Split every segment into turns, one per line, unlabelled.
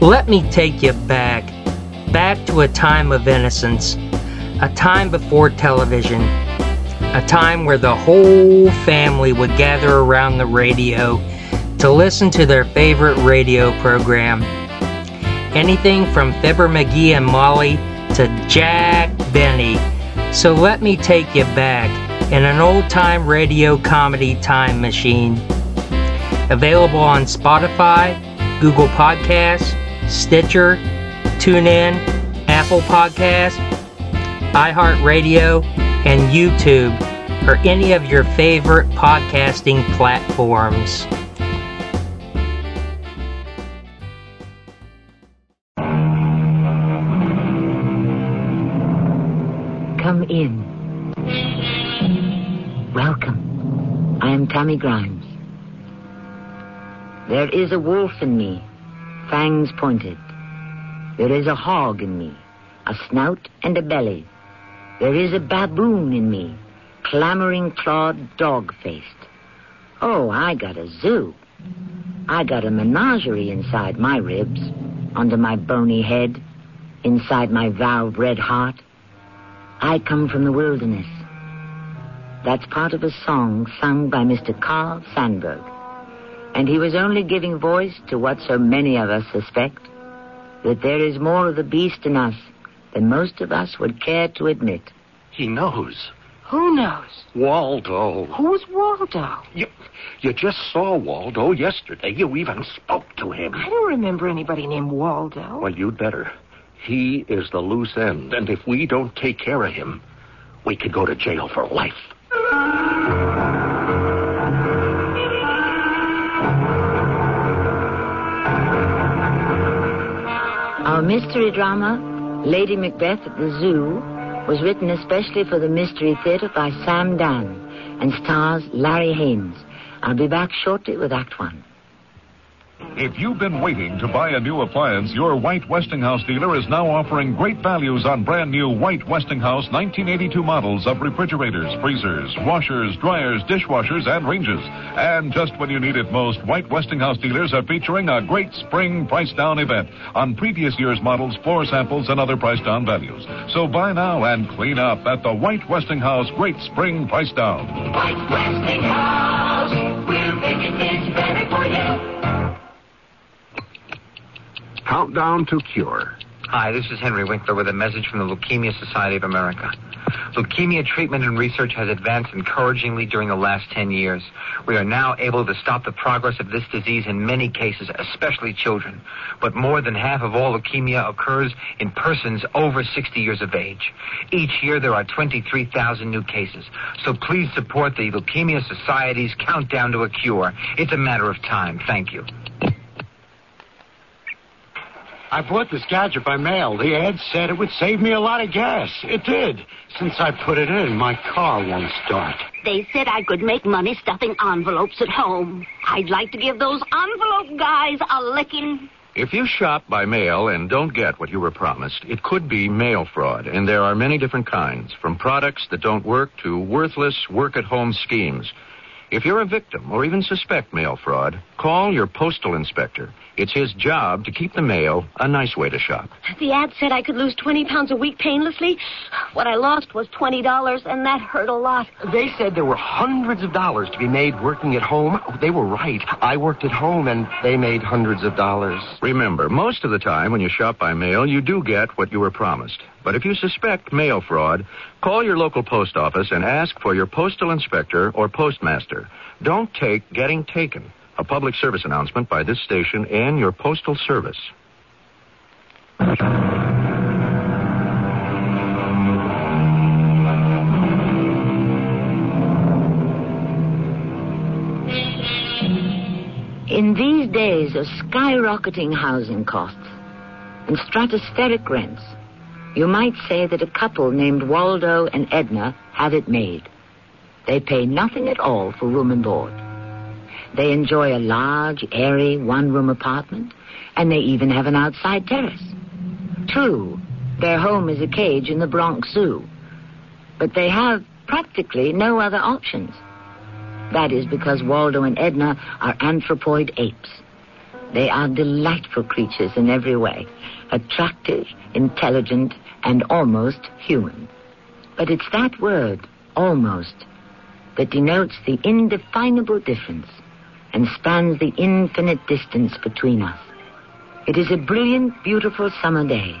Let me take you back, back to a time of innocence, a time before television, a time where the whole family would gather around the radio to listen to their favorite radio program. Anything from Fibber McGee and Molly to Jack Benny. So let me take you back in an old time radio comedy time machine. Available on Spotify, Google Podcasts, Stitcher, TuneIn, Apple Podcasts, iHeartRadio, and YouTube, or any of your favorite podcasting platforms.
Come in. Welcome. I am Tammy Grimes. There is a wolf in me, fangs pointed. There is a hog in me, a snout and a belly. There is a baboon in me, clamoring clawed dog faced. Oh, I got a zoo. I got a menagerie inside my ribs, under my bony head, inside my valve red heart. I come from the wilderness. That's part of a song sung by Mr. Carl Sandburg. And he was only giving voice to what so many of us suspect that there is more of the beast in us than most of us would care to admit.
He knows.
Who knows?
Waldo.
Who's Waldo?
You, you just saw Waldo yesterday. You even spoke to him.
I don't remember anybody named Waldo.
Well, you'd better. He is the loose end, and if we don't take care of him, we could go to jail for life.
Our mystery drama, Lady Macbeth at the Zoo, was written especially for the Mystery Theater by Sam Dan and stars Larry Haynes. I'll be back shortly with Act One.
If you've been waiting to buy a new appliance, your White Westinghouse dealer is now offering great values on brand new White Westinghouse 1982 models of refrigerators, freezers, washers, dryers, dishwashers, and ranges. And just when you need it most, White Westinghouse dealers are featuring a great spring price down event on previous year's models, floor samples, and other price down values. So buy now and clean up at the White Westinghouse Great Spring Price Down.
Countdown to cure.
Hi, this is Henry Winkler with a message from the Leukemia Society of America. Leukemia treatment and research has advanced encouragingly during the last 10 years. We are now able to stop the progress of this disease in many cases, especially children. But more than half of all leukemia occurs in persons over 60 years of age. Each year there are 23,000 new cases. So please support the Leukemia Society's countdown to a cure. It's a matter of time. Thank you.
I bought this gadget by mail. The ad said it would save me a lot of gas. It did. Since I put it in, my car won't start.
They said I could make money stuffing envelopes at home. I'd like to give those envelope guys a licking.
If you shop by mail and don't get what you were promised, it could be mail fraud, and there are many different kinds, from products that don't work to worthless work at home schemes. If you're a victim or even suspect mail fraud, call your postal inspector. It's his job to keep the mail a nice way to shop.
The ad said I could lose 20 pounds a week painlessly. What I lost was $20, and that hurt a lot.
They said there were hundreds of dollars to be made working at home. They were right. I worked at home and they made hundreds of dollars.
Remember, most of the time when you shop by mail, you do get what you were promised. But if you suspect mail fraud, call your local post office and ask for your postal inspector or postmaster. Don't take getting taken. A public service announcement by this station and your postal service.
In these days of skyrocketing housing costs and stratospheric rents, you might say that a couple named Waldo and Edna have it made. They pay nothing at all for room and board. They enjoy a large, airy, one room apartment, and they even have an outside terrace. True, their home is a cage in the Bronx Zoo, but they have practically no other options. That is because Waldo and Edna are anthropoid apes. They are delightful creatures in every way attractive, intelligent, and almost human. But it's that word, almost, that denotes the indefinable difference and spans the infinite distance between us. It is a brilliant, beautiful summer day.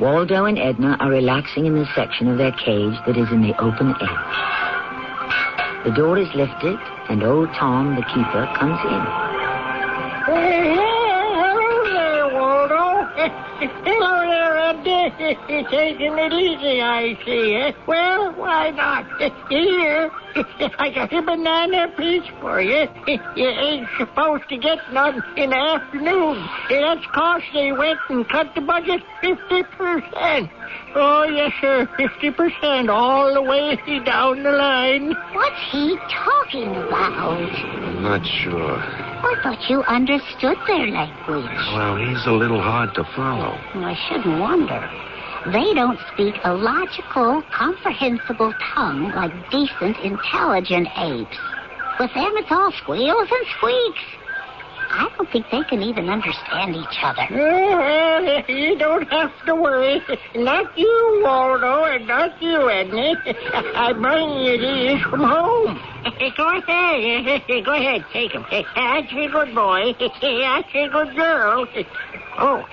Waldo and Edna are relaxing in the section of their cage that is in the open air. The door is lifted, and old Tom, the keeper, comes in.
Hello there, Waldo. Hello there, Andy. Taking it easy, I see. eh? Well, why not? Here, I got a banana piece for you. You ain't supposed to get none in the afternoon. That's 'cause they went and cut the budget 50%. Oh, yes, sir, 50% all the way down the line.
What's he talking about?
I'm not sure.
I thought you understood their language.
Well, he's a little hard to follow.
I shouldn't wonder. They don't speak a logical, comprehensible tongue like decent, intelligent apes. With them, it's all squeals and squeaks. I don't think they can even understand each other.
Well, you don't have to worry. Not you, Waldo, and not you, Edna. I bring you these from home. Go ahead. Go ahead. Take them. That's a good boy. That's a good girl. Oh,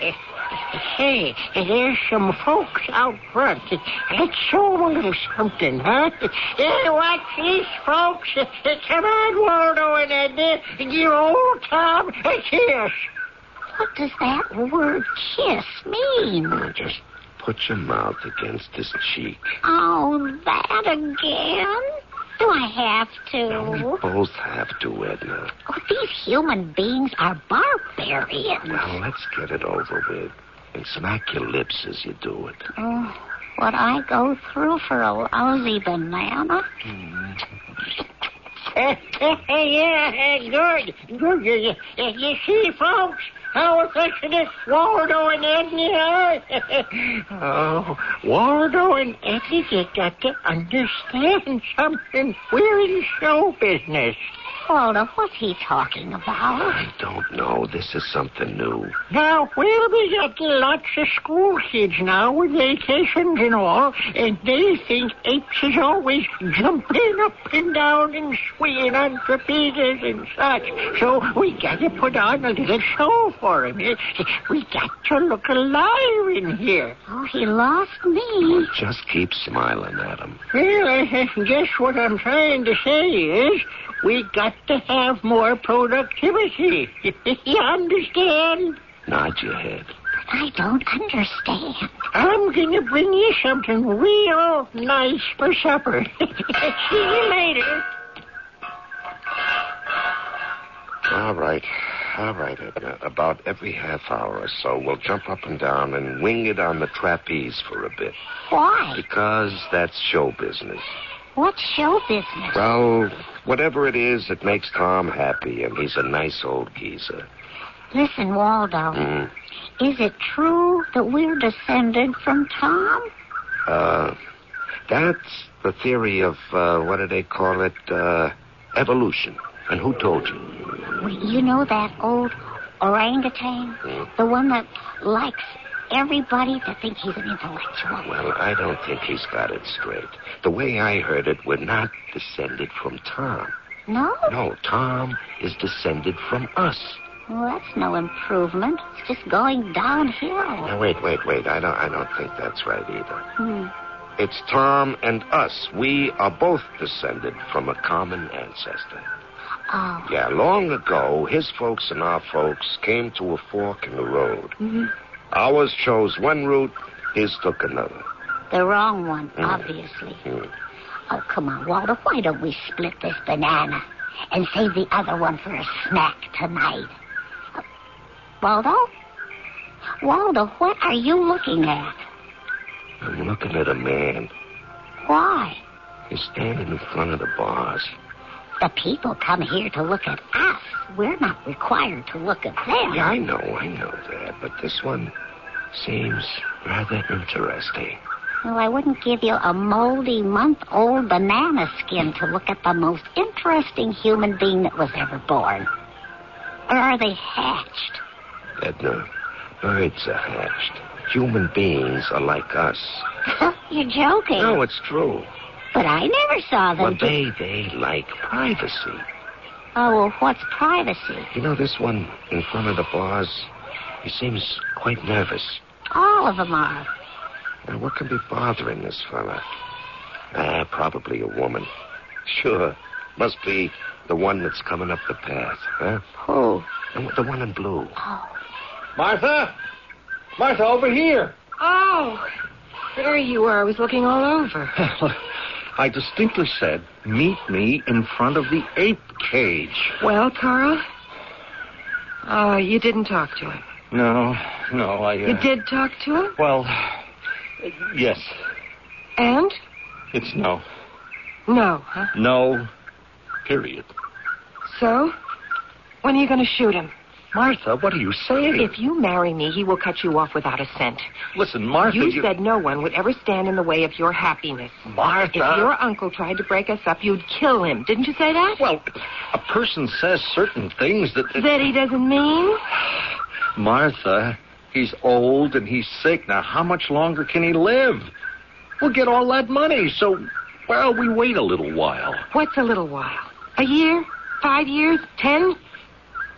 hey, there's some
Oh,
folks out front. Let's show them something, huh? Hey, watch these folks. Come on, Waldo and Edna. Give old Tom a kiss.
What does that word kiss mean?
Just put your mouth against his cheek.
Oh, that again? Do I have to?
Both have to, Edna.
Oh, these human beings are barbarians.
Now let's get it over with. And smack your lips as you do it.
Oh, what I go through for a lousy banana.
yeah, good. Good. You, you, you see, folks, how affectionate Waldo and Edna are. oh, Waldo and Edna, you got to understand something. We're in show business.
Waldo, what's he talking about?
I don't know. Oh, This is something new.
Now, we'll be getting lots of school kids now with vacations and all, and they think apes is always jumping up and down and swinging on trapezes and such. So we gotta put on a little show for 'em. Eh? We got to look alive in here.
Oh, he lost me.
Just keep smiling at him.
Well, I I guess what I'm trying to say is we got to have more productivity. you understand?
Nod your head.
I don't understand.
I'm going to bring you something real nice for supper. See you later.
All right. All right, Edna. About every half hour or so, we'll jump up and down and wing it on the trapeze for a bit.
Why?
Because that's show business.
What's show business?
Well, whatever it is, it makes Tom happy, and he's a nice old geezer.
Listen, Waldo,
Mm.
is it true that we're descended from Tom?
Uh, that's the theory of, uh, what do they call it? Uh, evolution. And who told you?
You know that old orangutan? The one that likes everybody to think he's an intellectual.
Well, I don't think he's got it straight. The way I heard it, we're not descended from Tom.
No?
No, Tom is descended from us.
Well, that's no improvement. It's just going downhill.
Now, wait, wait, wait. I don't, I don't think that's right either.
Hmm.
It's Tom and us. We are both descended from a common ancestor.
Oh.
Yeah, long ago, his folks and our folks came to a fork in the road. Ours chose one route, his took another.
The wrong one,
Mm.
obviously. Oh, come on, Walter. Why don't we split this banana and save the other one for a snack tonight? Uh, Waldo? Waldo, what are you looking at?
I'm looking at a man.
Why?
He's standing in front of the bars.
The people come here to look at us. We're not required to look at them.
Yeah, I know, I know that, but this one seems rather interesting.
Well, I wouldn't give you a moldy month old banana skin to look at the most interesting human being that was ever born. Or are they hatched?
Edna, birds are hatched. Human beings are like us.
You're joking.
No, it's true.
But I never saw them.
Well, they, they like privacy.
Oh, well, what's privacy?
You know, this one in front of the bars, he seems quite nervous.
All of them are.
Now, what could be bothering this fella? Ah, probably a woman. Sure. Must be the one that's coming up the path, huh?
Who?
The, the one in blue.
Martha? Martha, over here.
Oh, there you are. I was looking all over.
I distinctly said, meet me in front of the ape cage.
Well, Carl? Oh, you didn't talk to him.
No, no, I. Uh,
You did talk to him?
Well, yes.
And?
It's no.
No, huh?
No, period.
So? When are you going to shoot him?
Martha, what are you saying?
If you marry me, he will cut you off without a cent.
Listen, Martha.
you, said no one would ever stand in the way of your happiness.
Martha.
If your uncle tried to break us up, you'd kill him. Didn't you say that?
Well, A person says certain things that.
that he doesn't mean?
Martha, he's old and he's sick. Now, how much longer can he live? We'll get all that money, so, well, we wait a little while.
What's a little while? A year? Five years? Ten?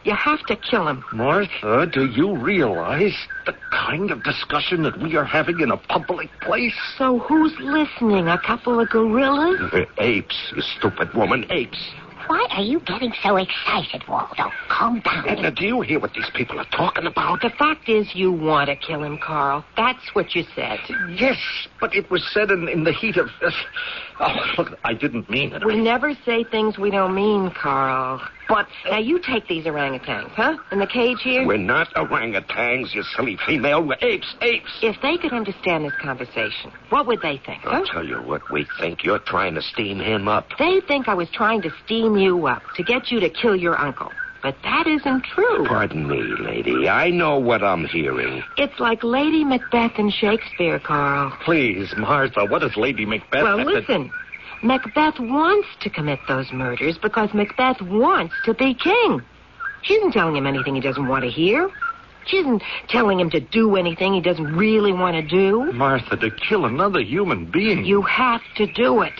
You have to kill him.
Martha, do you realize the kind of discussion that we are having in a public place?
So who's listening? A couple of gorillas?
apes, you stupid woman, apes.
Why are you getting so excited, Waldo? Calm down.
Edna, do you hear what these people are talking about?
The fact is, you want to kill him, Carl. That's what you said.
Yes, but it was said in, in the heat of. oh, look, I didn't mean it.
We never say things we don't mean, Carl. But now you take these orangutans, huh? In the cage here.
We're not orangutans, you silly female. We're apes, apes.
If they could understand this conversation, what would they think, huh?
I'll tell you what we think. You're trying to steam him up.
They think I was trying to steam you up to get you to kill your uncle. But that isn't true.
Pardon me, lady. I know what I'm hearing.
It's like Lady Macbeth in Shakespeare, Carl.
Please, Martha, what does Lady Macbeth
well,
have to-
listen. Macbeth wants to commit those murders because Macbeth wants to be king. She isn't telling him anything he doesn't want to hear. She isn't telling him to do anything he doesn't really want to do.
Martha, to kill another human being.
You have to do it.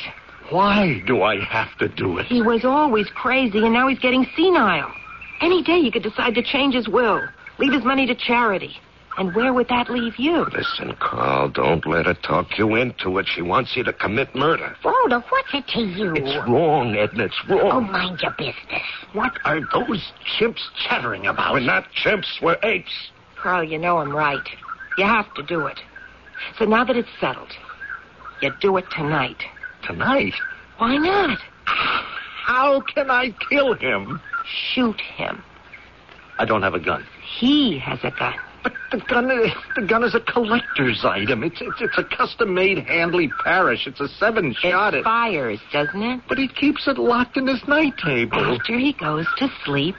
Why do I have to do it?
He was always crazy, and now he's getting senile. Any day he could decide to change his will, leave his money to charity. And where would that leave you?
Listen, Carl, don't let her talk you into it. She wants you to commit murder.
Waldo, what's it to you?
It's wrong, Edna. It's
Oh,
wrong.
mind your business.
What are those chimps chattering about? We're not chimps. We're apes.
Carl, you know I'm right. You have to do it. So now that it's settled, you do it tonight.
Tonight?
Why not?
How can I kill him?
Shoot him.
I don't have a gun.
He has a gun.
But the gun, is- the gun is a collector's item. It's it's, it's a custom-made Handley Parish. It's a seven-shot.
It fires, doesn't it?
But he keeps it locked in his night table.
After he goes to sleep,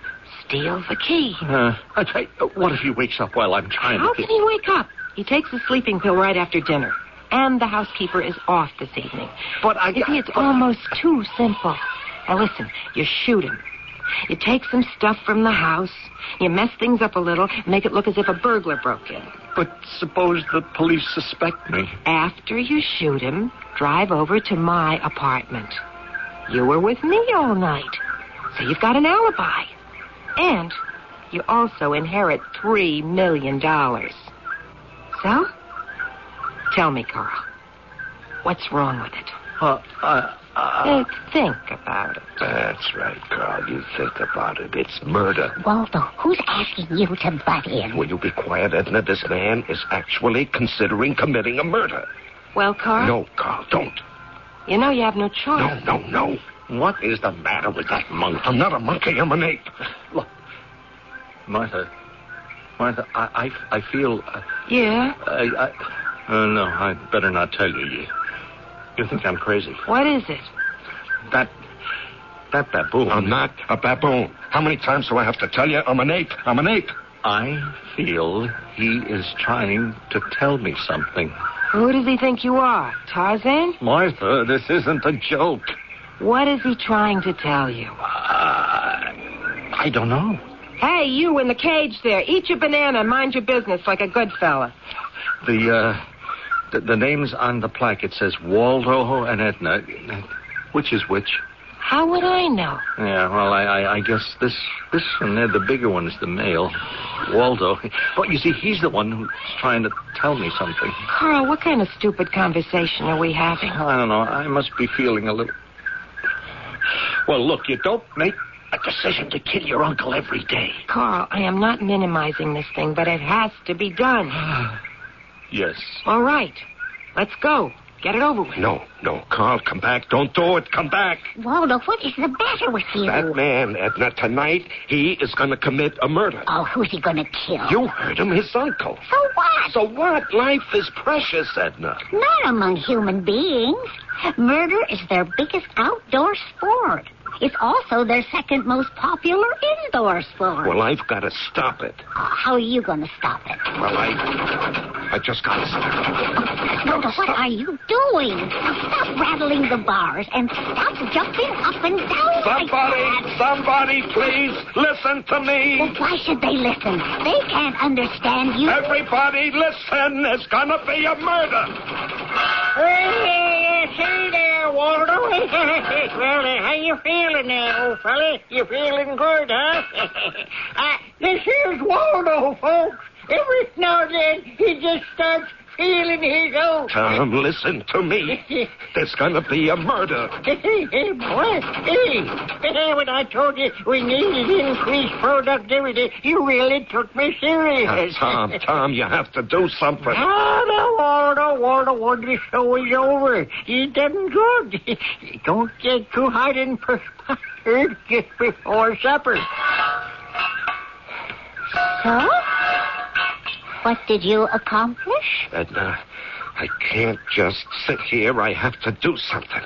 steal the key.
Uh, I tell you, what if he wakes up while I'm trying
How
to?
can he wake up? He takes a sleeping pill right after dinner. And the housekeeper is off this evening.
But I-
You see, it's almost too simple. Now listen, you shoot him. You take some stuff from the house. You mess things up a little, make it look as if a burglar broke in.
But suppose the police suspect me.
After you shoot him, drive over to my apartment. You were with me all night, so you've got an alibi. And you also inherit three million dollars. So? Tell me, Carl, what's wrong with it?
Uh, uh,
Uh, think about it.
That's right, Carl. You think about it. It's murder.
Waldo, who's asking you to butt in?
Will you be quiet, Edna? This man is actually considering committing a murder.
Well, Carl,
No, Carl, don't.
you know you have no
No,
choice.
no, no. What is the matter with that monk? I'm not a monkey. I'm an ape.
Look, Martha, Martha, I, I, I feel. Uh,
Yeah?
I, I, uh, no, I better not tell you. you. You think I'm crazy?
What is it?
That, that baboon.
I'm not a baboon. How many times do I have to tell you? I'm an ape. I'm an ape.
I feel he is trying to tell me something.
Who does he think you are? Tarzan?
Martha, this isn't a joke.
What is he trying to tell you?
I don't know.
Hey, you in the cage there. Eat your banana and mind your business like a good fella.
The, uh, the, the name's on the plaque. It says Waldo and Edna. Which is which?
How would I know?
Yeah, well, I, I, I guess this this one there, the bigger one, is the male, Waldo. But you see, he's the one who's trying to tell me something.
Carl, what kind of stupid conversation are we having?
I don't know. I must be feeling a little. Well, look, you don't make a decision to kill your uncle every day.
Carl, I am not minimizing this thing, but it has to be done.
Yes.
All right. Let's go. Get it over with.
No, no, Carl, come back. Don't do it. Come back.
Waldo, what is the matter with you?
That man, Edna, tonight, he is going to commit a murder.
Oh, who's he going to kill?
You heard him, his uncle.
So what?
So what? Life is precious, Edna.
Not among human beings. Murder is their biggest outdoor sport. It's also their second most popular indoor sport.
Well, I've got to stop it.
Uh, how are you going to stop it?
Well, I. I just got to stop it.
Waldo, what are you doing? Stop rattling the bars and stop jumping up and down. like
Somebody,
that.
somebody, please listen to me.
Well, why should they listen? They can't understand you.
Everybody, listen. There's going to be a murder.
Hey, hey there, Waldo. well, uh, how you feeling there, old fella? You feeling good, huh? uh, this is Waldo, folks. Every now and then, he just starts feeling his own.
Tom, listen to me. There's going to be a murder.
Hey, hey, boy. Hey, hey, when I told you we needed increased productivity, you really took me
Now,
serious.
Tom, Tom, you have to do something.
No, no, Waldo, Waldo, when the show is over, you done good. Don't get too hot and perspired just before supper.
So? What did you accomplish?
Edna, uh, I can't just sit here. I have to do something.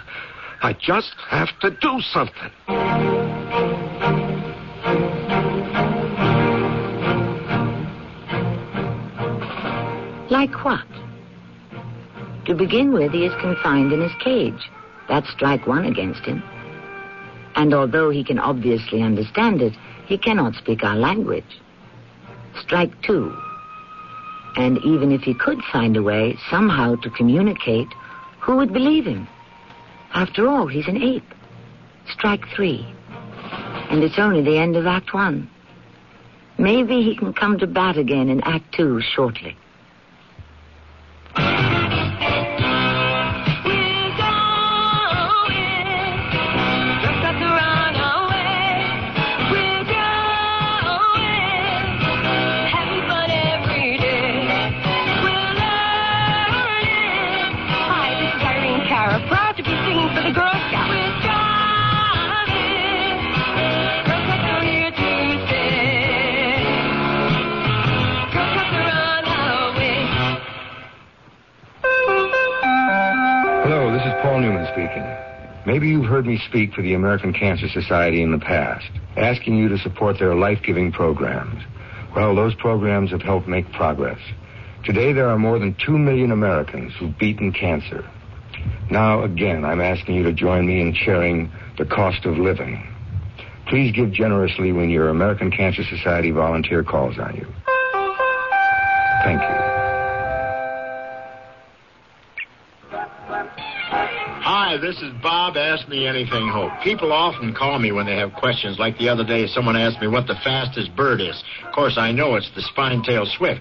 I just have to do something.
Like what? To begin with, he is confined in his cage. That's strike one against him. And although he can obviously understand it, he cannot speak our language. Strike two. And even if he could find a way somehow to communicate, who would believe him? After all, he's an ape. Strike three. And it's only the end of Act One. Maybe he can come to bat again in Act Two shortly.
Proud to be singing for the Girl Scouts.
Hello, this is Paul Newman speaking. Maybe you've heard me speak for the American Cancer Society in the past, asking you to support their life giving programs. Well, those programs have helped make progress. Today, there are more than 2 million Americans who've beaten cancer. Now, again, I'm asking you to join me in sharing the cost of living. Please give generously when your American Cancer Society volunteer calls on you. Thank you.
Hi, this is Bob Ask Me Anything Hope. People often call me when they have questions, like the other day someone asked me what the fastest bird is. Of course, I know it's the spine-tailed swift.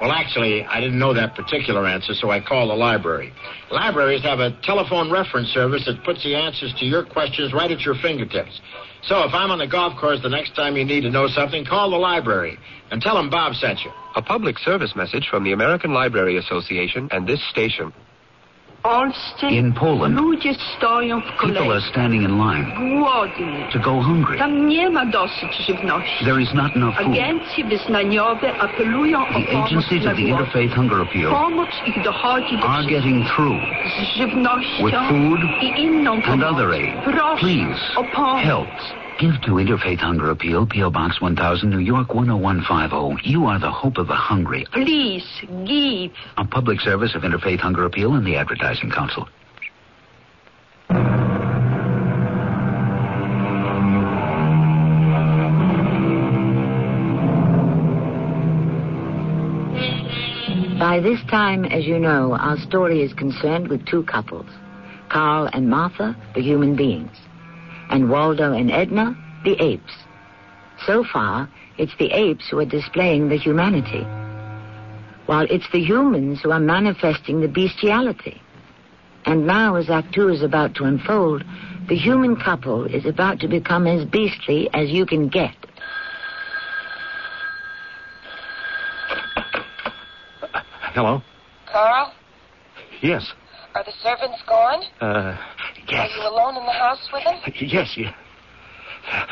Well, actually, I didn't know that particular answer, so I called the library. Libraries have a telephone reference service that puts the answers to your questions right at your fingertips. So if I'm on the golf course the next time you need to know something, call the library and tell them Bob sent you.
A public service message from the American Library Association and this station.
In Poland, people are standing in line to go hungry.
Tam nie ma dosyć żywności.
There is not enough food.
Agencje wyznaniowe apelują o
The
pomoc
agencies
dla
of the
głodnych.
Interfaith Hunger Appeal
Pomoc ich dochodzi do
are getting through
z żywnością
with food
i inną
and
pomoc.
other aid.
Proszę
Please
o pomoc.
help. Give to Interfaith Hunger Appeal, P.O. Box 1000, New York 10150. You are the hope of the hungry.
Please give.
A public service of Interfaith Hunger Appeal and the Advertising Council.
By this time, as you know, our story is concerned with two couples Carl and Martha, the human beings, and Waldo and Edna, the apes. So far, it's the apes who are displaying the humanity, while it's the humans who are manifesting the bestiality. And now, as Act Two is about to unfold, the human couple is about to become as beastly as you can get.
Hello?
Carl,
Yes.
are the servants gone?
Uh,
Are you alone in the house with him?
yes, yeah.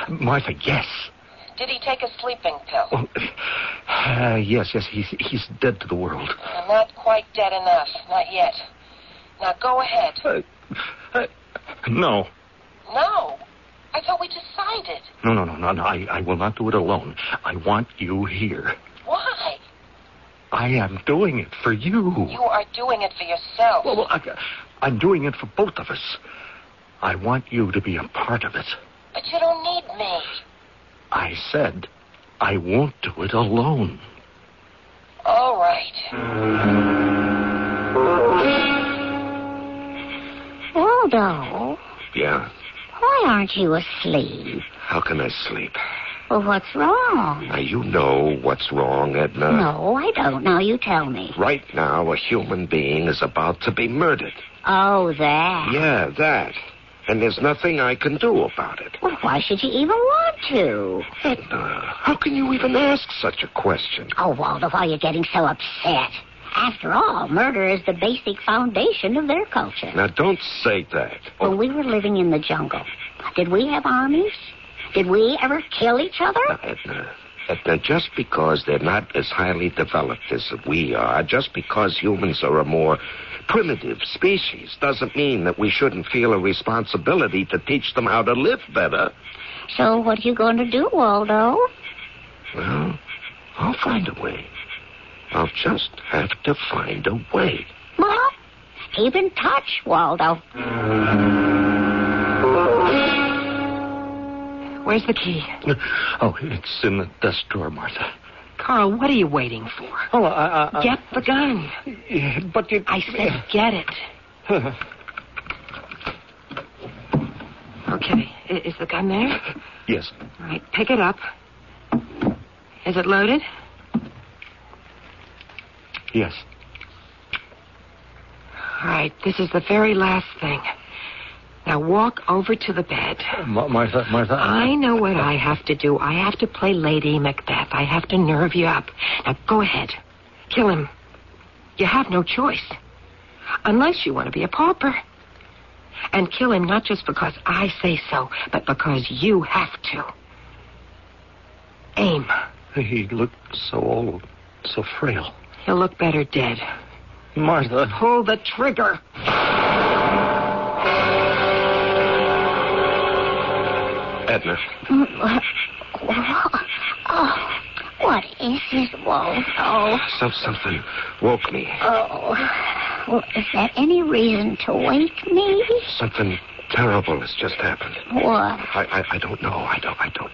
Martha, yes.
Did he take a sleeping pill?
Oh, uh, yes, yes. He's, he's dead to the world.
Uh, not quite dead enough. Not yet. Now go ahead.
No.
no. I thought we decided.
No, no, no, no, no. I, I will not do it alone. I want you here.
Why?
I am doing it for you.
You are doing it for yourself.
Well, well, I, I'm doing it for both of us. I want you to be a part of it.
But you don't need me.
I said I won't do it alone.
All right.
Waldo,
Yeah.
why aren't you asleep?
How can I sleep?
Well, what's wrong?
Now, you know what's wrong, Edna.
no, I don't. Now you tell me.
Right now, a human being is about to be murdered.
Oh, that.
Yeah, that. And there's nothing I can do about it.
Well, why should you even want to?
Edna, how can you even ask such a question?
Oh, Waldo, why are you getting so upset? After all, murder is the basic foundation of their culture.
Now, don't say that.
When we were living in the jungle, did we have armies? Did we ever kill each other?
Edna, Edna, just because they're not as highly developed as we are, just because humans are a more primitive species, doesn't mean that we shouldn't feel a responsibility to teach them how to live better.
So what are you going to do, Waldo?
Well, I'll find a way. I'll just have to find a way.
Well, keep in touch, Waldo.
Where's the key?
Oh, it's in the desk drawer, Martha.
Carl, what are you waiting for?
Oh, I. I, I
Get the gun.
But you.
I said get it. Okay. I- Is the gun there?
yes.
All right, pick it up. Is it loaded?
Yes.
All right, this is the very last thing. Now walk over to the bed.
Ma- Martha, Martha.
I know what I have to do. I have to play Lady Macbeth. I have to nerve you up. Now go ahead. Kill him. You have no choice. Unless you want to be a pauper. And kill him not just because I say so, but because you have to. Aim.
He looked so old, so frail.
He'll look better dead.
Martha.
Pull the trigger.
Edna,
Oh, what is this, Waldo?
some, something woke me.
Oh, well, is there any reason to wake me?
Something terrible has just happened.
What?
I, I, I don't know. I don't. I don't.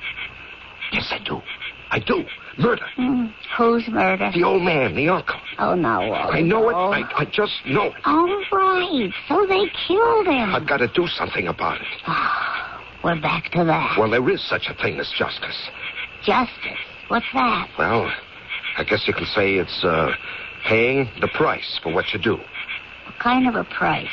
Yes, I do. I do. Murder.
Hmm, who's murder?
The old man, the uncle.
Oh, no, Waldo.
I know it. I, I just know it.
All right, so they killed him. Ah,
I've got to do something about it.
We're back to that.
Well, there is such a thing as justice.
Justice. What's that?
Well, I guess you can say it's uh, paying the price for what you do.
What kind of a price?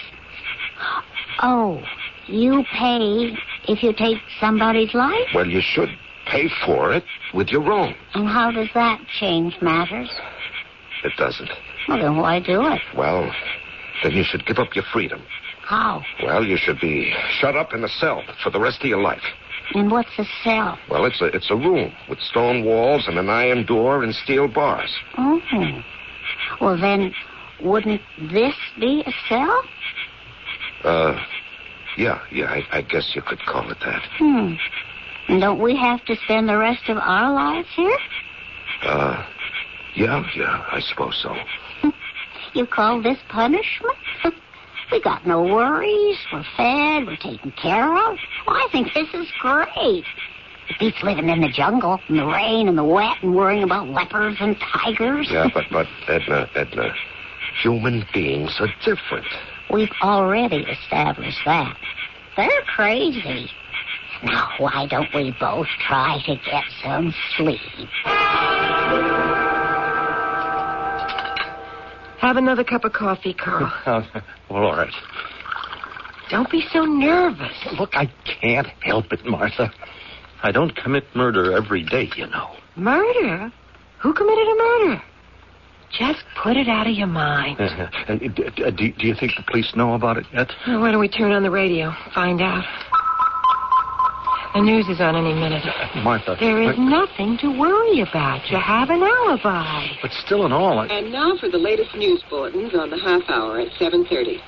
Oh, you pay if you take somebody's life?
Well, you should pay for it with your own.
And how does that change matters?
It doesn't.
Well, then why do it?
Well, then you should give up your freedom.
How?
Well, you should be shut up in a cell for the rest of your life.
And what's a cell?
Well, it's a it's a room with stone walls and an iron door and steel bars.
Oh. Well, then, wouldn't this be a cell?
Uh, yeah, yeah, I, I guess you could call it that.
Hmm. And don't we have to spend the rest of our lives here?
Uh, yeah, yeah, I suppose so.
You call this punishment? we got no worries. We're fed. We're taken care of. Well, I think this is great. Beats living in the jungle, in the rain and the wet, and worrying about leopards and tigers.
Yeah, but, but, Edna, Edna, human beings are different.
We've already established that. They're crazy. Now, why don't we both try to get some sleep?
Have another cup of coffee, Carl.
Well, all right.
Don't be so nervous.
Look, I can't help it, Martha. I don't commit murder every day, you know.
Murder? Who committed a murder? Just put it out of your mind.
Uh, uh, d- d- do, do you think the police know about it yet?
Now, Why don't we turn on the radio? Find out. The news is on any minute.
Martha.
There is
but,
nothing to worry about. You have an alibi.
but still in all, I,
And now for the latest news bulletins on the half hour at 7.30.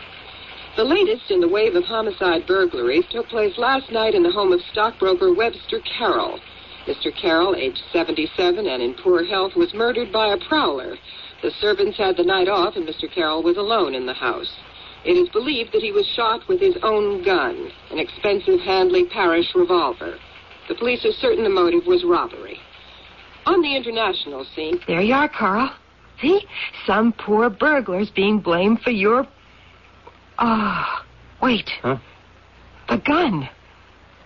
The latest in the wave of homicide burglaries took place last night in the home of stockbroker Webster Carroll. Mr. Carroll, aged 77 and in poor health, was murdered by a prowler. The servants had the night off and Mr. Carroll was alone in the house. It is believed that he was shot with his own gun, an expensive Handley Parish revolver. The police are certain the motive was robbery. On the international scene,
There you are, Carl. See? Some poor burglar's being blamed for your. Ah, wait.
Huh?
The gun.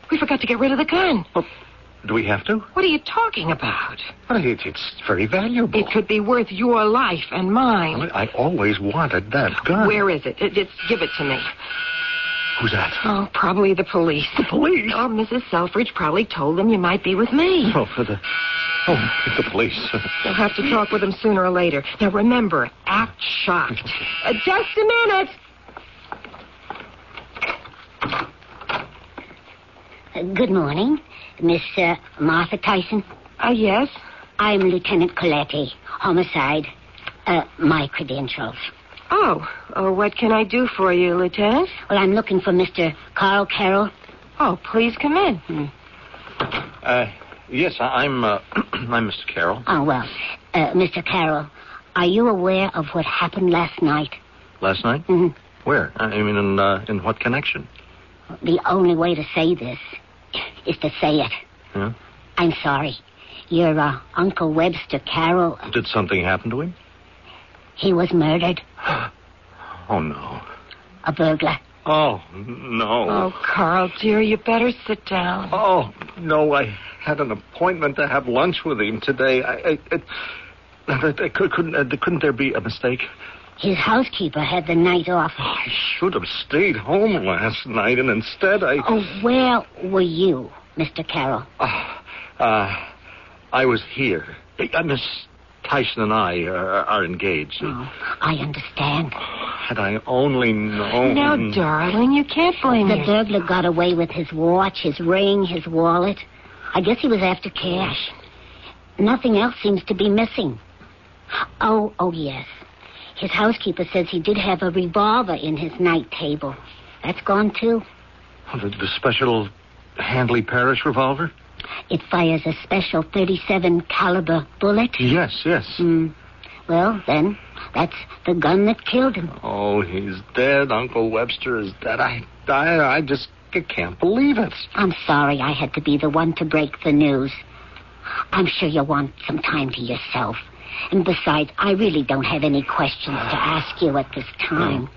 We forgot to get rid of the gun.
Oh. do we have to?
What are you talking about?
Well, it, it's very valuable.
It could be worth your life and mine.
I always wanted that gun.
Where is it? it? It's give it to me.
Who's that?
Oh, probably the police. The police? Oh, Mrs. Selfridge probably told them you might be with me.
Oh, for the. Oh, the police.
You'll have to talk with them sooner or later. Now remember, act shocked. Uh, just a minute.
Uh, Good morning, Miss uh, Martha Tyson. Uh, yes? I'm Lieutenant Coletti, homicide. Uh, my credentials.
Oh, oh, what can I do for you, Lieutenant?
Well, I'm looking for Mr. Carl Carroll.
Oh, please come in.
Uh, yes, I, I'm. Uh, I'm Mr. Carroll.
Oh, well, uh, Mr. Carroll, are you aware of what happened last night?
Last night.
Mm-hmm.
Mhm.
Where? I I mean, in uh, in what connection?
The only way to say this is to say it.
Yeah.
I'm sorry. Your uh, Uncle Webster Carroll,
Did something happen to him?
he was murdered.
Oh no.
A burglar.
Oh no.
Oh, Carl, dear, you better sit down.
Oh, no, I had an appointment to have lunch with him today. I, I, I, I could, couldn't, uh, couldn't there be a mistake?
His housekeeper had the night off.
I should have stayed home last night, and instead I,
Oh, where were you, Mr. Carroll?
uh, I was here. I, I- Miss Tyson and I are, are engaged.
I understand.
Had I only known.
Now,
darling, you can't blame
the
me.
burglar got away with his watch, his ring, his wallet. I guess he was after cash. Nothing else seems to be missing. Oh, oh yes. His housekeeper says he did have a revolver in his night table. That's gone too.
The, the special Handley Parish revolver?
It fires a special 37 caliber bullet.
Yes, yes.
Mm. Well, then, that's the gun that killed him.
Oh, he's dead. Uncle Webster is dead. I, I, I just I can't believe it.
I'm sorry I had to be the one to break the news. I'm sure you'll want some time to yourself. And besides, I really don't have any questions to ask you at this time.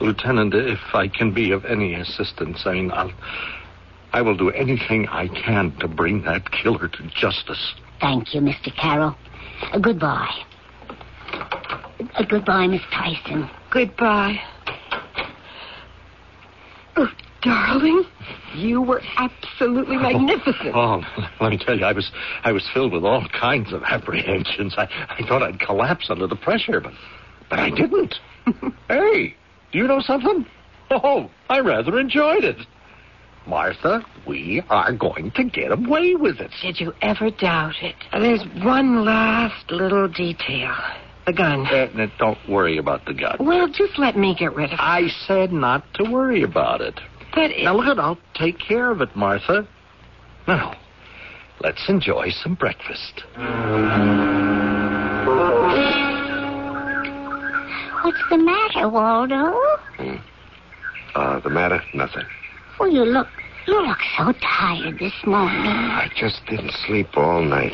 Lieutenant, if I can be of any assistance, I mean, I'll, I will do anything I can to bring that killer to justice.
Thank you, Mr. Carroll. Uh, goodbye. Uh, goodbye, Miss Tyson.
Goodbye. Oh, darling, you were absolutely magnificent.
Oh, let me tell you, I was I was filled with all kinds of apprehensions. I, I thought I'd collapse under the pressure, but but I didn't. hey, do you know something? Oh, I rather enjoyed it. Martha, we are going to get away with it.
Did you ever doubt it? There's one last little detail. The gun.
Uh,
Edna, don't worry about the gun.
Well, just let me get rid of it.
I said not to worry about it.
But it...
Now look it, I'll take care of it, Martha. Now, let's enjoy some breakfast.
What's the matter, Waldo?
Uh, the matter? Nothing.
Well, you look You look so tired this morning.
I just didn't sleep all night.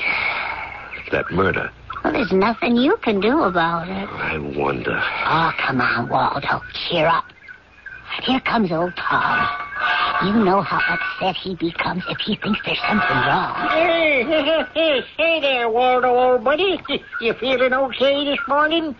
That murder.
Well, there's nothing you can do about it.
I wonder.
Oh, come on, Waldo. Cheer up. Here comes old Tom. You know how upset he becomes if he thinks there's something wrong.
Hey, hey, hey, hey there, Waldo, old buddy. You feeling okay this morning?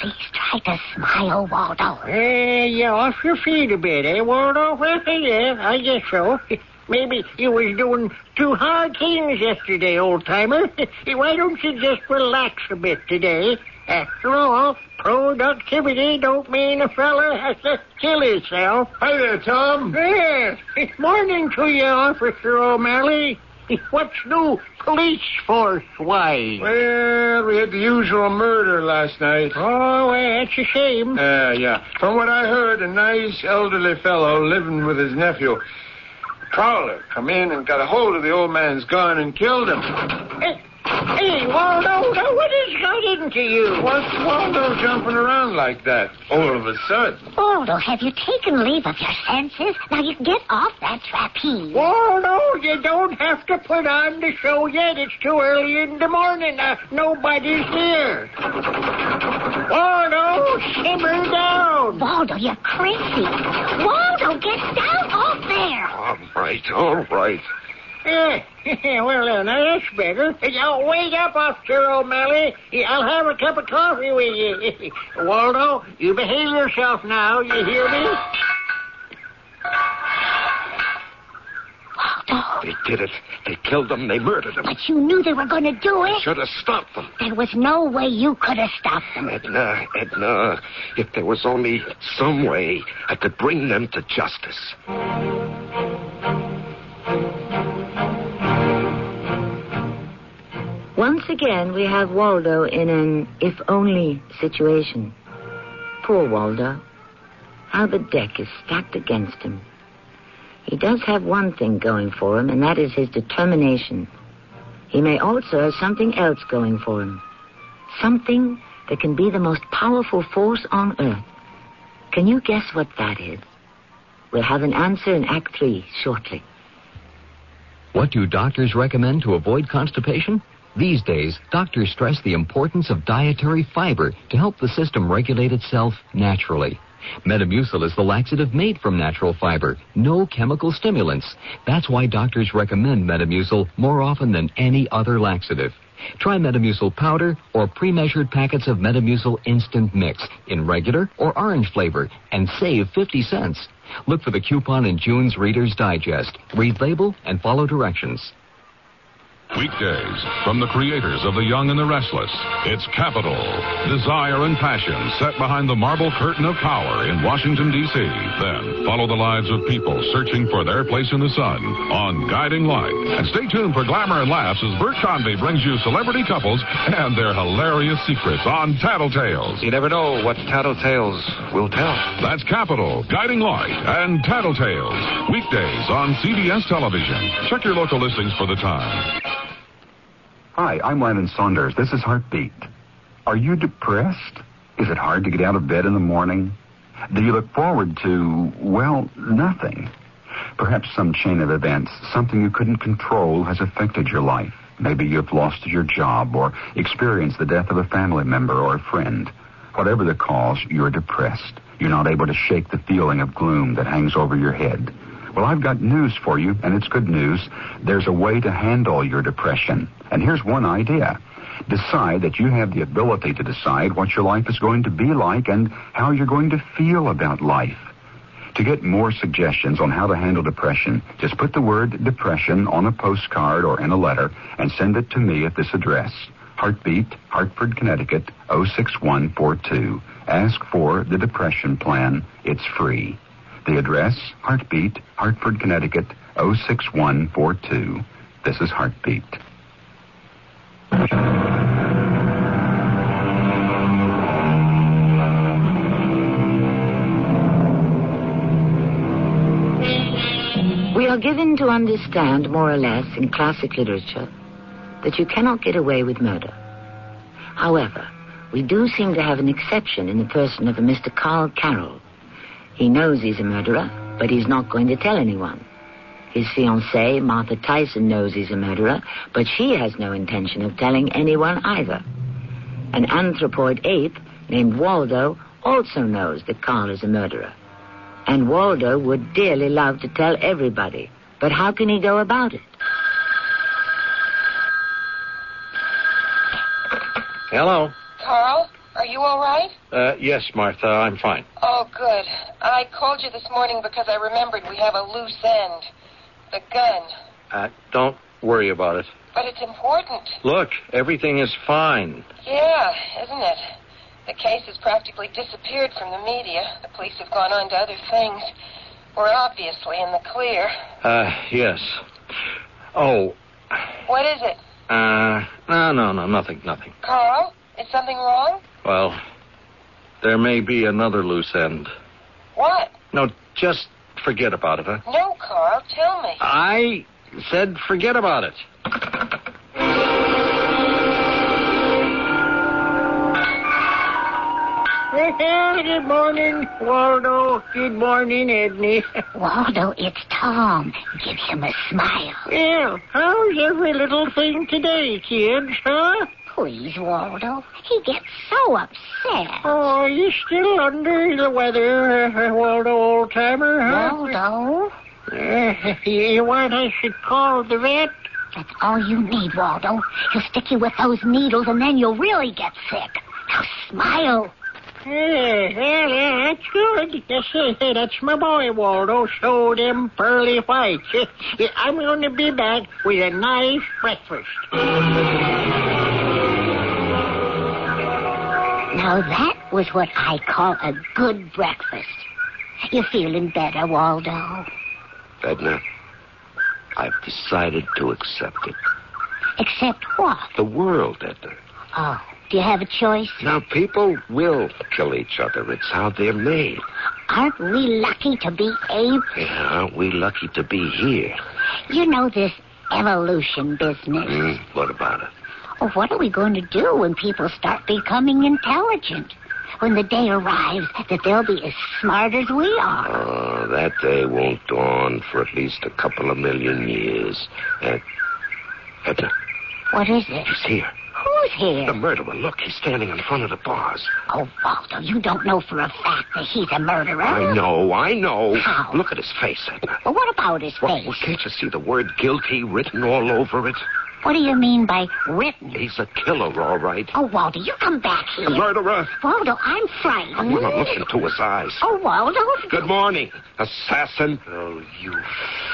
Please try to smile, Waldo.
Hey, you off your feet a bit, eh, Waldo? Well, yeah, I guess so. Maybe you was doing too hard things yesterday, old timer. Why don't you just relax a bit today? After all, productivity don't mean a fella has to kill himself. Hi there, Tom. Yes. Morning to you, Officer O'Malley. What's new, police force wise?
Well, we had the usual murder last night.
Oh, well, that's a shame.
Uh, yeah. From what I heard, a nice elderly fellow living with his nephew. Prowler come in and got a hold of the old man's gun and killed him.
Hey, Waldo, now what has got into you?
What's Waldo jumping around like that all of a sudden?
Oh.
Waldo, have you taken leave of your senses? Now you get off that trapeze.
Waldo, you don't have to put on the show yet. It's too early in the morning. Uh, nobody's here. Waldo, simmer down.
Waldo, you're crazy. Waldo, get down off there.
All right, all right.
Eh, well, uh, now that's better. Now, wake up, Officer O'Malley. I'll have a cup of coffee with you. Waldo, you behave yourself now. You hear me?
They did it. They killed him. They murdered him.
But you knew they were going to do it.
Should have stopped them.
There was no way you could have stopped them.
Edna, Edna, if there was only some way I could bring them to justice.
Once again, we have Waldo in an if only situation. Poor Waldo. How the deck is stacked against him. He does have one thing going for him, and that is his determination. He may also have something else going for him. Something that can be the most powerful force on earth. Can you guess what that is? We'll have an answer in Act 3 shortly.
What do doctors recommend to avoid constipation? These days, doctors stress the importance of dietary fiber to help the system regulate itself naturally. Metamucil is the laxative made from natural fiber, no chemical stimulants. That's why doctors recommend Metamucil more often than any other laxative. Try Metamucil powder or pre-measured packets of Metamucil instant mix in regular or orange flavor and save 50 cents. Look for the coupon in June's Reader's Digest. Read label and follow directions.
Weekdays from the creators of The Young and the Restless. It's capital, desire, and passion set behind the marble curtain of power in Washington, D.C. Then follow the lives of people searching for their place in the sun on Guiding Light. And stay tuned for glamour and laughs as Bert Convey brings you celebrity couples and their hilarious secrets on Tattletales. You never know what Tattletales will tell. That's Capital, Guiding Light, and Tattletales. Weekdays on CBS Television. Check your local listings for the time.
Hi, I'm Lennon Saunders. This is Heartbeat. Are you depressed? Is it hard to get out of bed in the morning? Do you look forward to, well, nothing? Perhaps some chain of events, something you couldn't control, has affected your life. Maybe you've lost your job or experienced the death of a family member or a friend. Whatever the cause, you're depressed. You're not able to shake the feeling of gloom that hangs over your head. Well, I've got news for you, and it's good news. There's a way to handle your depression. And here's one idea. Decide that you have the ability to decide what your life is going to be like and how you're going to feel about life. To get more suggestions on how to handle depression, just put the word depression on a postcard or in a letter and send it to me at this address. Heartbeat, Hartford, Connecticut, 06142. Ask for the depression plan. It's free. The address, Heartbeat, Hartford, Connecticut, 06142. This is Heartbeat.
We are given to understand, more or less, in classic literature, that you cannot get away with murder. However, we do seem to have an exception in the person of a Mr. Carl Carroll. He knows he's a murderer, but he's not going to tell anyone. His fiancée, Martha Tyson, knows he's a murderer, but she has no intention of telling anyone either. An anthropoid ape named Waldo also knows that Carl is a murderer. And Waldo would dearly love to tell everybody, but how can he go about it?
Hello.
Carl, are you all right?
Uh, yes, Martha, I'm fine.
Oh, good. I called you this morning because I remembered we have a loose end. The gun.
Uh, don't worry about it.
But it's important.
Look, everything is fine.
Yeah, isn't it? The case has practically disappeared from the media. The police have gone on to other things. We're obviously in the clear.
Uh, yes. Oh,
What is it?
uh, no, no, no, nothing, nothing.
Carl, is something wrong?
Well, there may be another loose end.
What?
No, just forget about it, huh?
No, Carl, tell me.
I said forget about it.
Oh, Good morning, Waldo. Good morning, Edney.
Waldo, it's Tom. Give him a smile.
Well, how's every little thing today, kids, huh?
Please, Waldo. He gets so upset.
Oh, are you still under the weather, uh, Waldo, old timer, huh?
Waldo?
Uh, you want I should call the vet?
That's all you need, Waldo. He'll stick you with those needles, and then you'll really get sick. Now smile.
Yeah, yeah, yeah, that's good. That's, uh, that's my boy, Waldo. Show them pearly whites. Yeah, I'm going to be back with a nice breakfast.
Now that was what I call a good breakfast. You feeling better, Waldo?
Edna, I've decided to accept it.
Except what?
The world, Edna.
Oh, do you have a choice?
Now, people will kill each other. It's how they're made.
Aren't we lucky to be apes?
Yeah, aren't we lucky to be here?
You know this evolution business.
Hmm? What about it?
Oh, what are we going to do when people start becoming intelligent? When the day arrives that they'll be as smart as we are.
Oh, that day won't dawn for at least a couple of million years. Ed- Edna,
What is it?
he's here.
Who's here?
The murderer. Look, he's standing in front of the bars.
Oh, Waldo, you don't know for a fact that he's a murderer.
I know, I know.
How?
Look at his face, Edna.
Well, what about his
Well,
face?
well, can't you see the word guilty written all over it?
What do you mean by written?
He's a killer, all right.
Oh, Waldo, you come back here.
A murderer.
Waldo, I'm frightened.
I'm gonna look into his eyes.
Oh, Waldo.
Good morning, assassin. Oh, you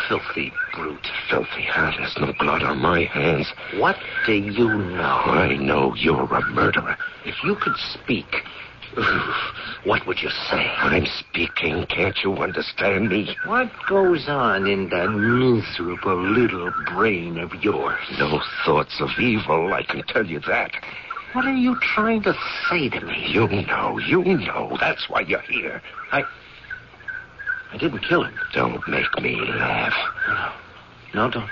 filthy brute. Filthy, huh? There's no blood on my hands. What do you know? I know you're a murderer. If you could speak, what would you say? I'm speaking. Can't you understand me?
What goes on in that miserable little brain of yours?
No thoughts of evil, I can tell you that.
What are you trying to say to me?
You know, you know. That's why you're here.
I. I didn't kill him.
Don't make me laugh.
No, don't.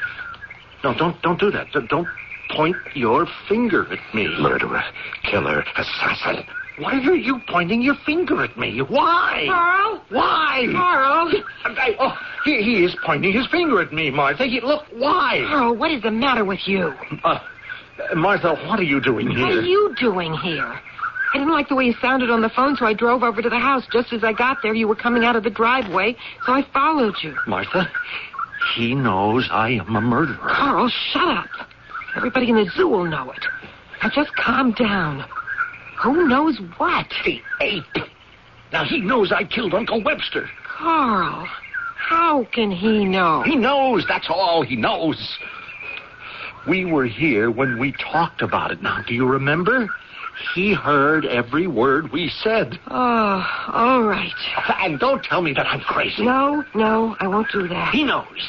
No, don't, don't do that. Don't- Don't point your finger at me.
Murderer, killer, assassin.
Why are you pointing your finger at me? Why?
Carl?
Why?
Carl?
I- oh, he, he is pointing his finger at me, Martha. He, look, why?
Carl, what is the matter with you?
Uh, Martha, what are you doing
What
here?
are you doing here? I didn't like the way you sounded on the phone, so I drove over to the house. Just as I got there, you were coming out of the driveway, so I followed you.
Martha, he knows I am a murderer.
Carl, shut up. Everybody in the zoo will know it. Now just calm down. Who knows what?
The ape. Now he knows I killed Uncle Webster.
Carl, how can he know?
He knows. That's all he knows. We were here when we talked about it. Now, do you remember? He heard every word we said.
Oh, all right.
And don't tell me that I'm crazy.
No, no, I won't do that.
He knows.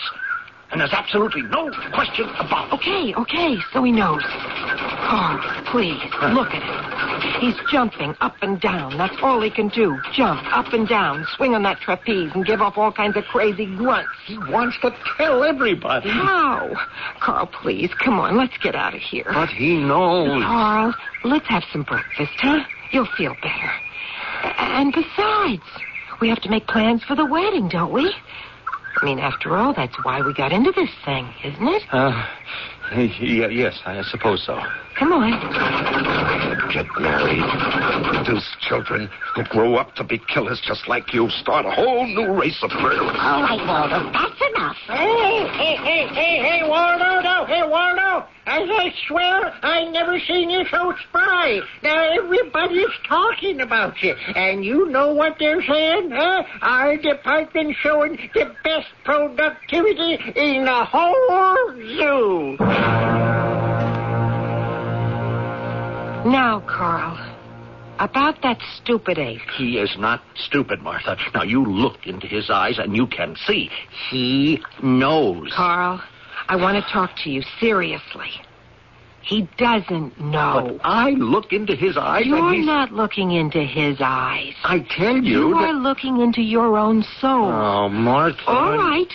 And there's absolutely no question about it.
Okay, okay, so he knows. Carl, please, look at him. He's jumping up and down. That's all he can do. Jump up and down, swing on that trapeze, and give off all kinds of crazy grunts.
He wants to tell everybody.
How? Carl, please, come on, let's get out of here.
But he knows.
Carl, let's have some breakfast, huh? You'll feel better. A- And besides, we have to make plans for the wedding, don't we? I mean, after all, that's why we got into this thing, isn't it?
Uh, yeah, yes, I suppose so.
Come on.
Get married, produce children who grow up to be killers just like you, start a whole new race of murderers.
All right, Waldo, that's enough.
Hey, hey, hey, hey, hey, Waldo, no, hey, Waldo. As I swear, I never seen you so spry. Now everybody's talking about you, and you know what they're saying, huh? Our department's showing the best productivity in the whole zoo.
Now, Carl, about that stupid ape.
He is not stupid, Martha. Now, you look into his eyes and you can see. He knows.
Carl, I want to talk to you seriously. He doesn't know.
But I look into his eyes
You're
and he's...
not looking into his eyes.
I tell you
You
that-
are looking into your own soul.
Oh, Martha.
All right.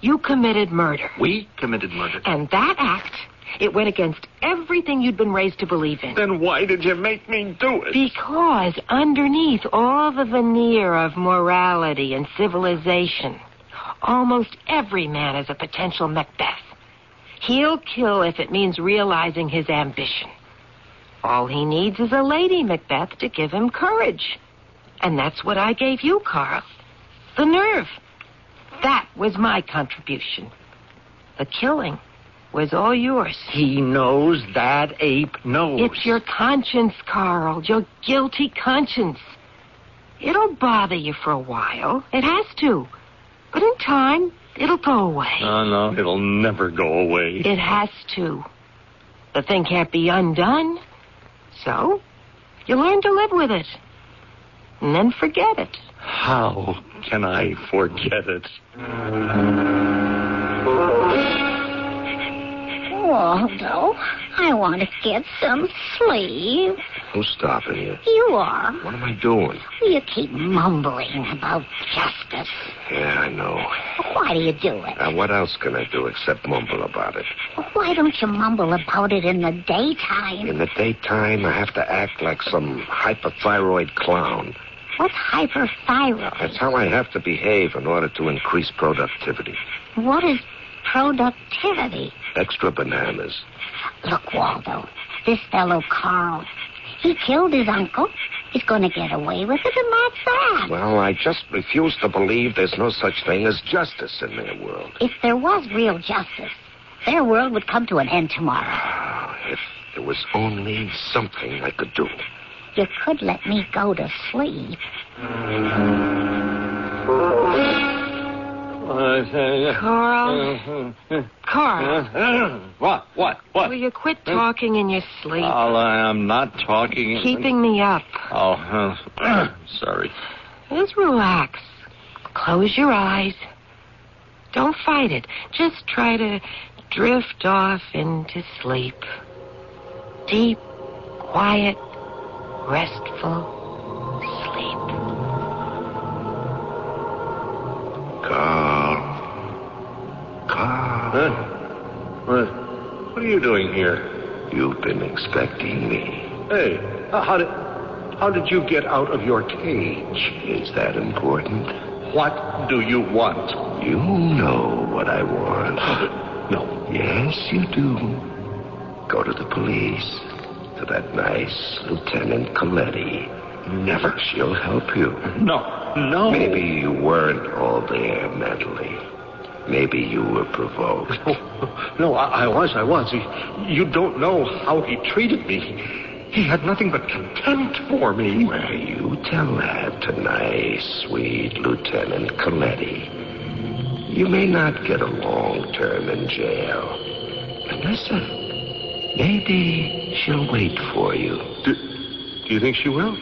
You committed murder.
We committed murder.
And that act, it went against everything you'd been raised to believe in.
Then why did you make me do it?
Because underneath all the veneer of morality and civilization, almost every man is a potential Macbeth. He'll kill if it means realizing his ambition. All he needs is a lady Macbeth to give him courage. And that's what I gave you, Carl. The nerve. That was my contribution. The killing was all yours.
He knows that ape knows.
It's your conscience, Carl. Your guilty conscience. It'll bother you for a while. It has to. But in time, it'll go away.
No, no, it'll never go away.
It has to. The thing can't be undone. So, you learn to live with it. And then forget it.
How can I forget it?
Waldo, I want to get some sleep.
Who's stopping you?
You are.
What am I doing?
You keep mumbling about justice.
Yeah, I know.
Why do you do it?
Now, what else can I do except mumble about it?
Why don't you mumble about it in the daytime?
In the daytime, I have to act like some hyperthyroid clown.
What's hyperthyroid?
That's how I have to behave in order to increase productivity.
What is productivity?
Extra bananas.
Look, Waldo, this fellow Carl, he killed his uncle. He's going to get away with it, and that's that.
Well, I just refuse to believe there's no such thing as justice in their world.
If there was real justice, their world would come to an end tomorrow.
If there was only something I could do.
You could let me go to sleep.
Carl. Carl.
What? What? What? uh,
Will you quit talking in your sleep?
Well, I- I'm not talking.
Keeping me up.
Oh, huh. sorry.
Just relax. Close your eyes. Don't fight it. Just try to drift off into sleep. Deep, quiet, restful.
Carl. Carl. What? What are you doing here? You've been expecting me. Hey, h- how did, how did you get out of your cage? Is that important? What do you want? You know what I want. no.
Yes, you do. Go to the police. To that nice Lieutenant Coletti. Never. She'll help you.
No. No.
Maybe you weren't all there mentally. Maybe you were provoked.
No, I, I was, I was. You- You don't know how he treated me. He had nothing but contempt for me.
Well, you tell that to nice, sweet Lieutenant Coletti. You may not get a long term in jail. But listen, maybe she'll wait for you.
Do, do you think she will?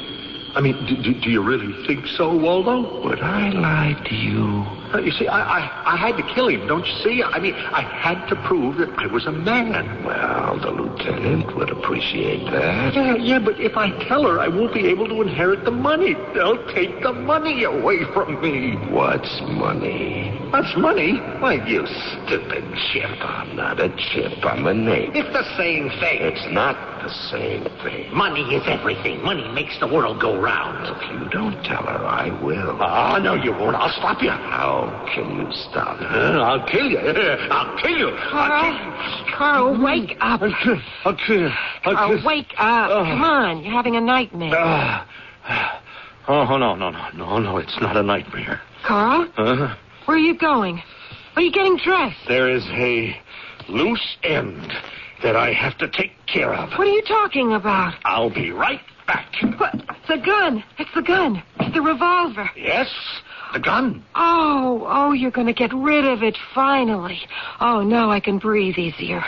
I mean, do, do, do you really think so, Waldo?
Would I lie to you?
Uh, You see, I, I, I had to kill him, don't you see? I mean, I had to prove that I was a man.
Well, the lieutenant would appreciate that.
Yeah, yeah, but if I tell her, I won't be able to inherit the money. They'll take the money away from me.
What's money?
That's money. Why, you
Stupid chip. I'm not a chip. I'm a name.
It's the same thing.
It's not the same thing.
Money is everything. Money makes the world go round.
Ah, You don't tell her I will.
Oh, no, you won't. I'll stop you.
How Oh, kill you, stop.
I'll kill you. I'll kill you.
Carl, Carl, wake up.
I'll kill you. I'll kill
Carl,
you.
wake up.
Oh.
Come on, you're having a nightmare.
Ah. Oh, no, no, no, no, no. It's not a nightmare.
Carl,
Uh-huh.
Huh?
where are you going? Are you getting dressed?
There is a loose end that I have to take care of.
What are you talking about?
I'll be right.
The gun. It's the gun. It's the revolver.
Yes, the gun.
Oh, oh, you're going to get rid of it finally. Oh, now I can breathe easier.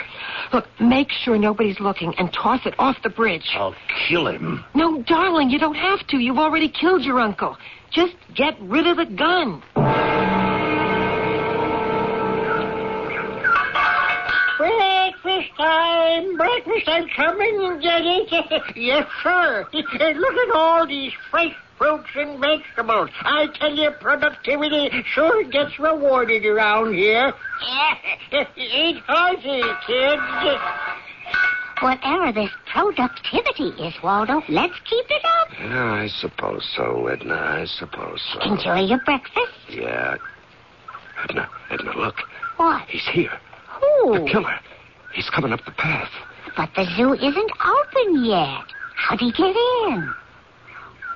Look, make sure nobody's looking and toss it off the bridge.
I'll kill him.
No, darling, you don't have to. You've already killed your uncle. Just get rid of the gun.
Breakfast time! Breakfast time! Come in and get it! yes, sir! Uh, Look at all these fresh fruits and vegetables. I tell you, productivity sure gets rewarded around here. Eat hearty, kids!
Whatever this productivity is, Waldo, let's keep it up.
Yeah, I suppose so, Edna. I suppose so.
Enjoy your breakfast.
Yeah. Edna, Edna, look.
What?
He's here.
Who?
The killer. He's coming up the path.
But the zoo isn't open yet. How'd he get in?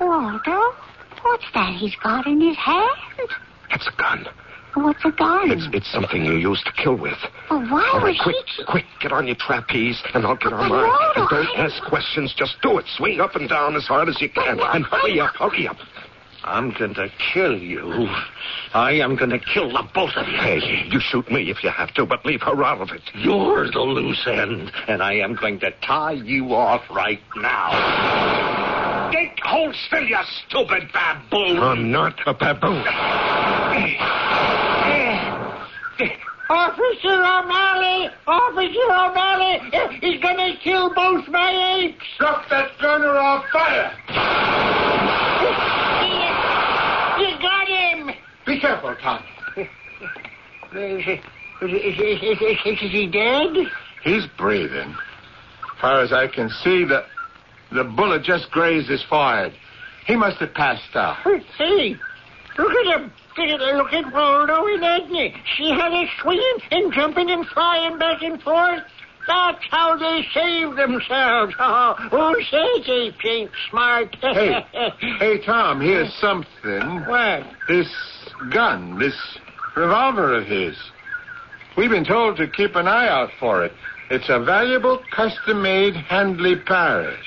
Waldo, what's that he's got in his hand?
That's a gun.
What's Oh, a gun?
It's it's something you use to kill with.
Well, why
All right,
was
quick,
he...
quick, get on your trapeze, and I'll get on
but
mine.
Waldo,
And don't ask questions. Just do it. Swing up and down as hard as you can. And hurry up, hurry up.
I'm going to kill you. I am going to kill the both of you.
Hey, you shoot me if you have to, but leave her out of it.
You're the loose end, and I am going to tie you off right now. Get hold still, you stupid baboon!
I'm not a baboon.
Officer O'Malley! Officer O'Malley! He's gonna kill both my apes! Drop that gun or I'll fire! You got him!
Be careful, Tom.
Is, he dead?
He's breathing. Far as I can see, the the bullet just grazed his forehead. He must have passed out.
Hey, look at him. Look at, look at Waldo and Edna. She had us swinging and jumping and flying back and forth. That's how they save themselves. Oh, who says they ain't smart?
Hey, hey, Tom. Here's something.
What?
This gun, this revolver of his. We've been told to keep an eye out for it. It's a valuable, custom-made Handley Parish.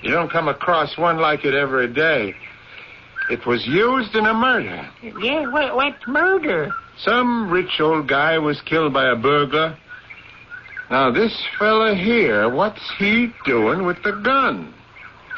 You don't come across one like it every day. It was used in a murder.
Yeah, what, what murder?
Some rich old guy was killed by a burglar. Now, this fella here, what's he doing with the gun?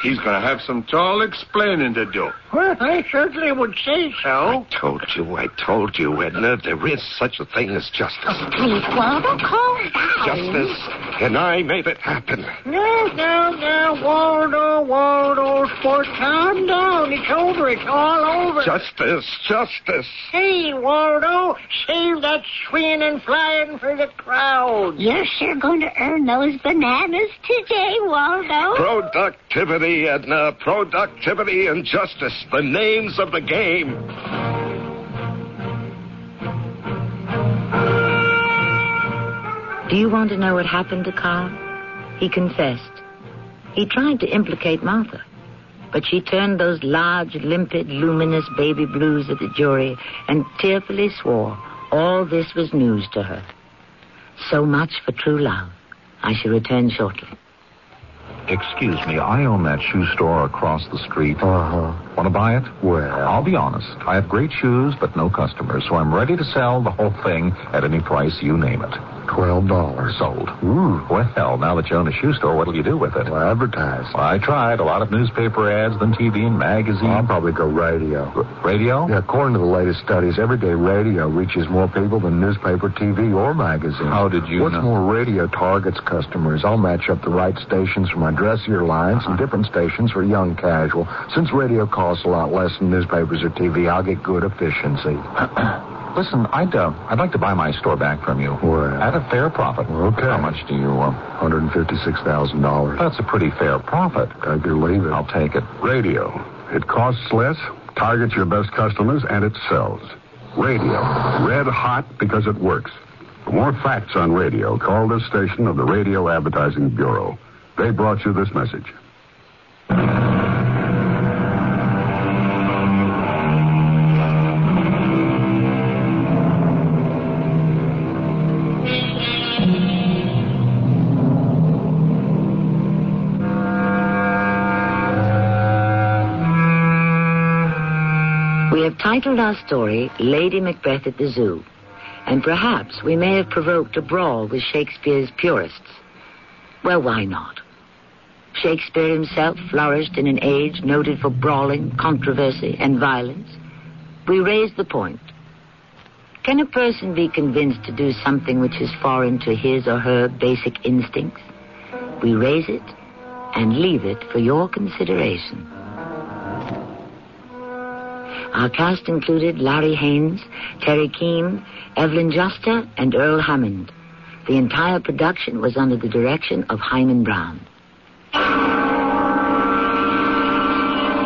He's going to have some tall explaining to do.
Well, I certainly would say so.
Told you, I told you, Edna. There is such a thing as justice.
Please, Waldo, calm down.
Justice, and I made it happen.
No, no, no, Waldo, Waldo, sport, calm down. It's over. It's all over.
Justice, justice.
Hey, Waldo, save that swinging and flying for the crowd.
You're sure going to earn those bananas today, Waldo.
Productivity, Edna. Productivity and justice. The names of the game.
Do you want to know what happened to Carl? He confessed. He tried to implicate Martha, but she turned those large, limpid, luminous baby blues at the jury and tearfully swore all this was news to her. So much for true love. I shall return shortly.
Excuse me, I own that shoe store across the street. Uh huh. Want to buy it? Well, I'll be honest. I have great shoes, but no customers, so I'm ready to sell the whole thing at any price you name it. Twelve dollars. Sold.
嗯
Ooh. Well, now that you own a shoe store, what'll you do with it? Well, advertise. I tried. A lot of newspaper ads, then TV and magazines. I'll probably go radio. radio?
Yeah, according to the latest studies, everyday radio reaches more people than newspaper, TV, or magazine.
How did you
What's
know?
more, radio targets customers. I'll match up the right stations for my dressier lines and different stations for young casual. Since radio costs a lot less than newspapers or TV, I'll get good efficiency.
Listen, I'd uh, I'd like to buy my store back from you. At a fair profit. Okay. How much do you? Uh, Hundred and fifty-six thousand dollars. That's a pretty fair profit.
Take it or leave it.
I'll take it.
Radio. It costs less, targets your best customers, and it sells.
Radio. Red hot because it works. For more facts on radio, call this station of the Radio Advertising Bureau. They brought you this message.
We have titled our story Lady Macbeth at the Zoo, and perhaps we may have provoked a brawl with Shakespeare's purists. Well, why not? Shakespeare himself flourished in an age noted for brawling, controversy, and violence. We raise the point. Can a person be convinced to do something which is foreign to his or her basic instincts? We raise it and leave it for your consideration. Our cast included Larry Haynes, Terry Keane, Evelyn Juster, and Earl Hammond. The entire production was under the direction of Hyman Brown.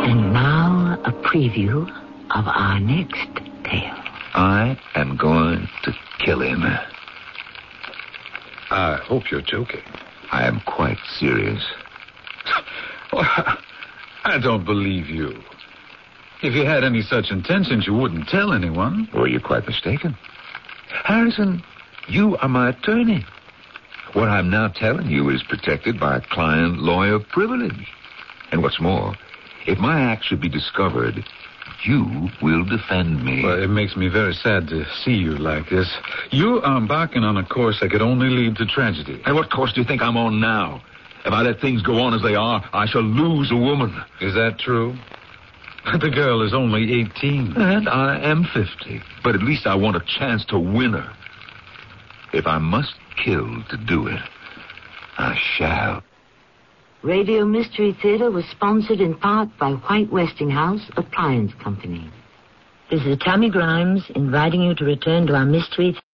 And now a preview of our next tale.
I am going to kill him. I hope you're joking. I am quite serious.
I don't believe you. If you had any such intentions, you wouldn't tell anyone.
Well, you're quite mistaken. Harrison, you are my attorney. What I'm now telling you is protected by client lawyer privilege. And what's more, if my act should be discovered, you will defend me.
Well, it makes me very sad to see you like this. You are embarking on a course that could only lead to tragedy.
And what course do you think I'm on now? If I let things go on as they are, I shall lose a woman.
Is that true? The girl is only 18.
And I am 50. But at least I want a chance to win her. If I must kill to do it, I shall.
Radio Mystery Theater was sponsored in part by White Westinghouse Appliance Company. This is Tammy Grimes inviting you to return to our Mystery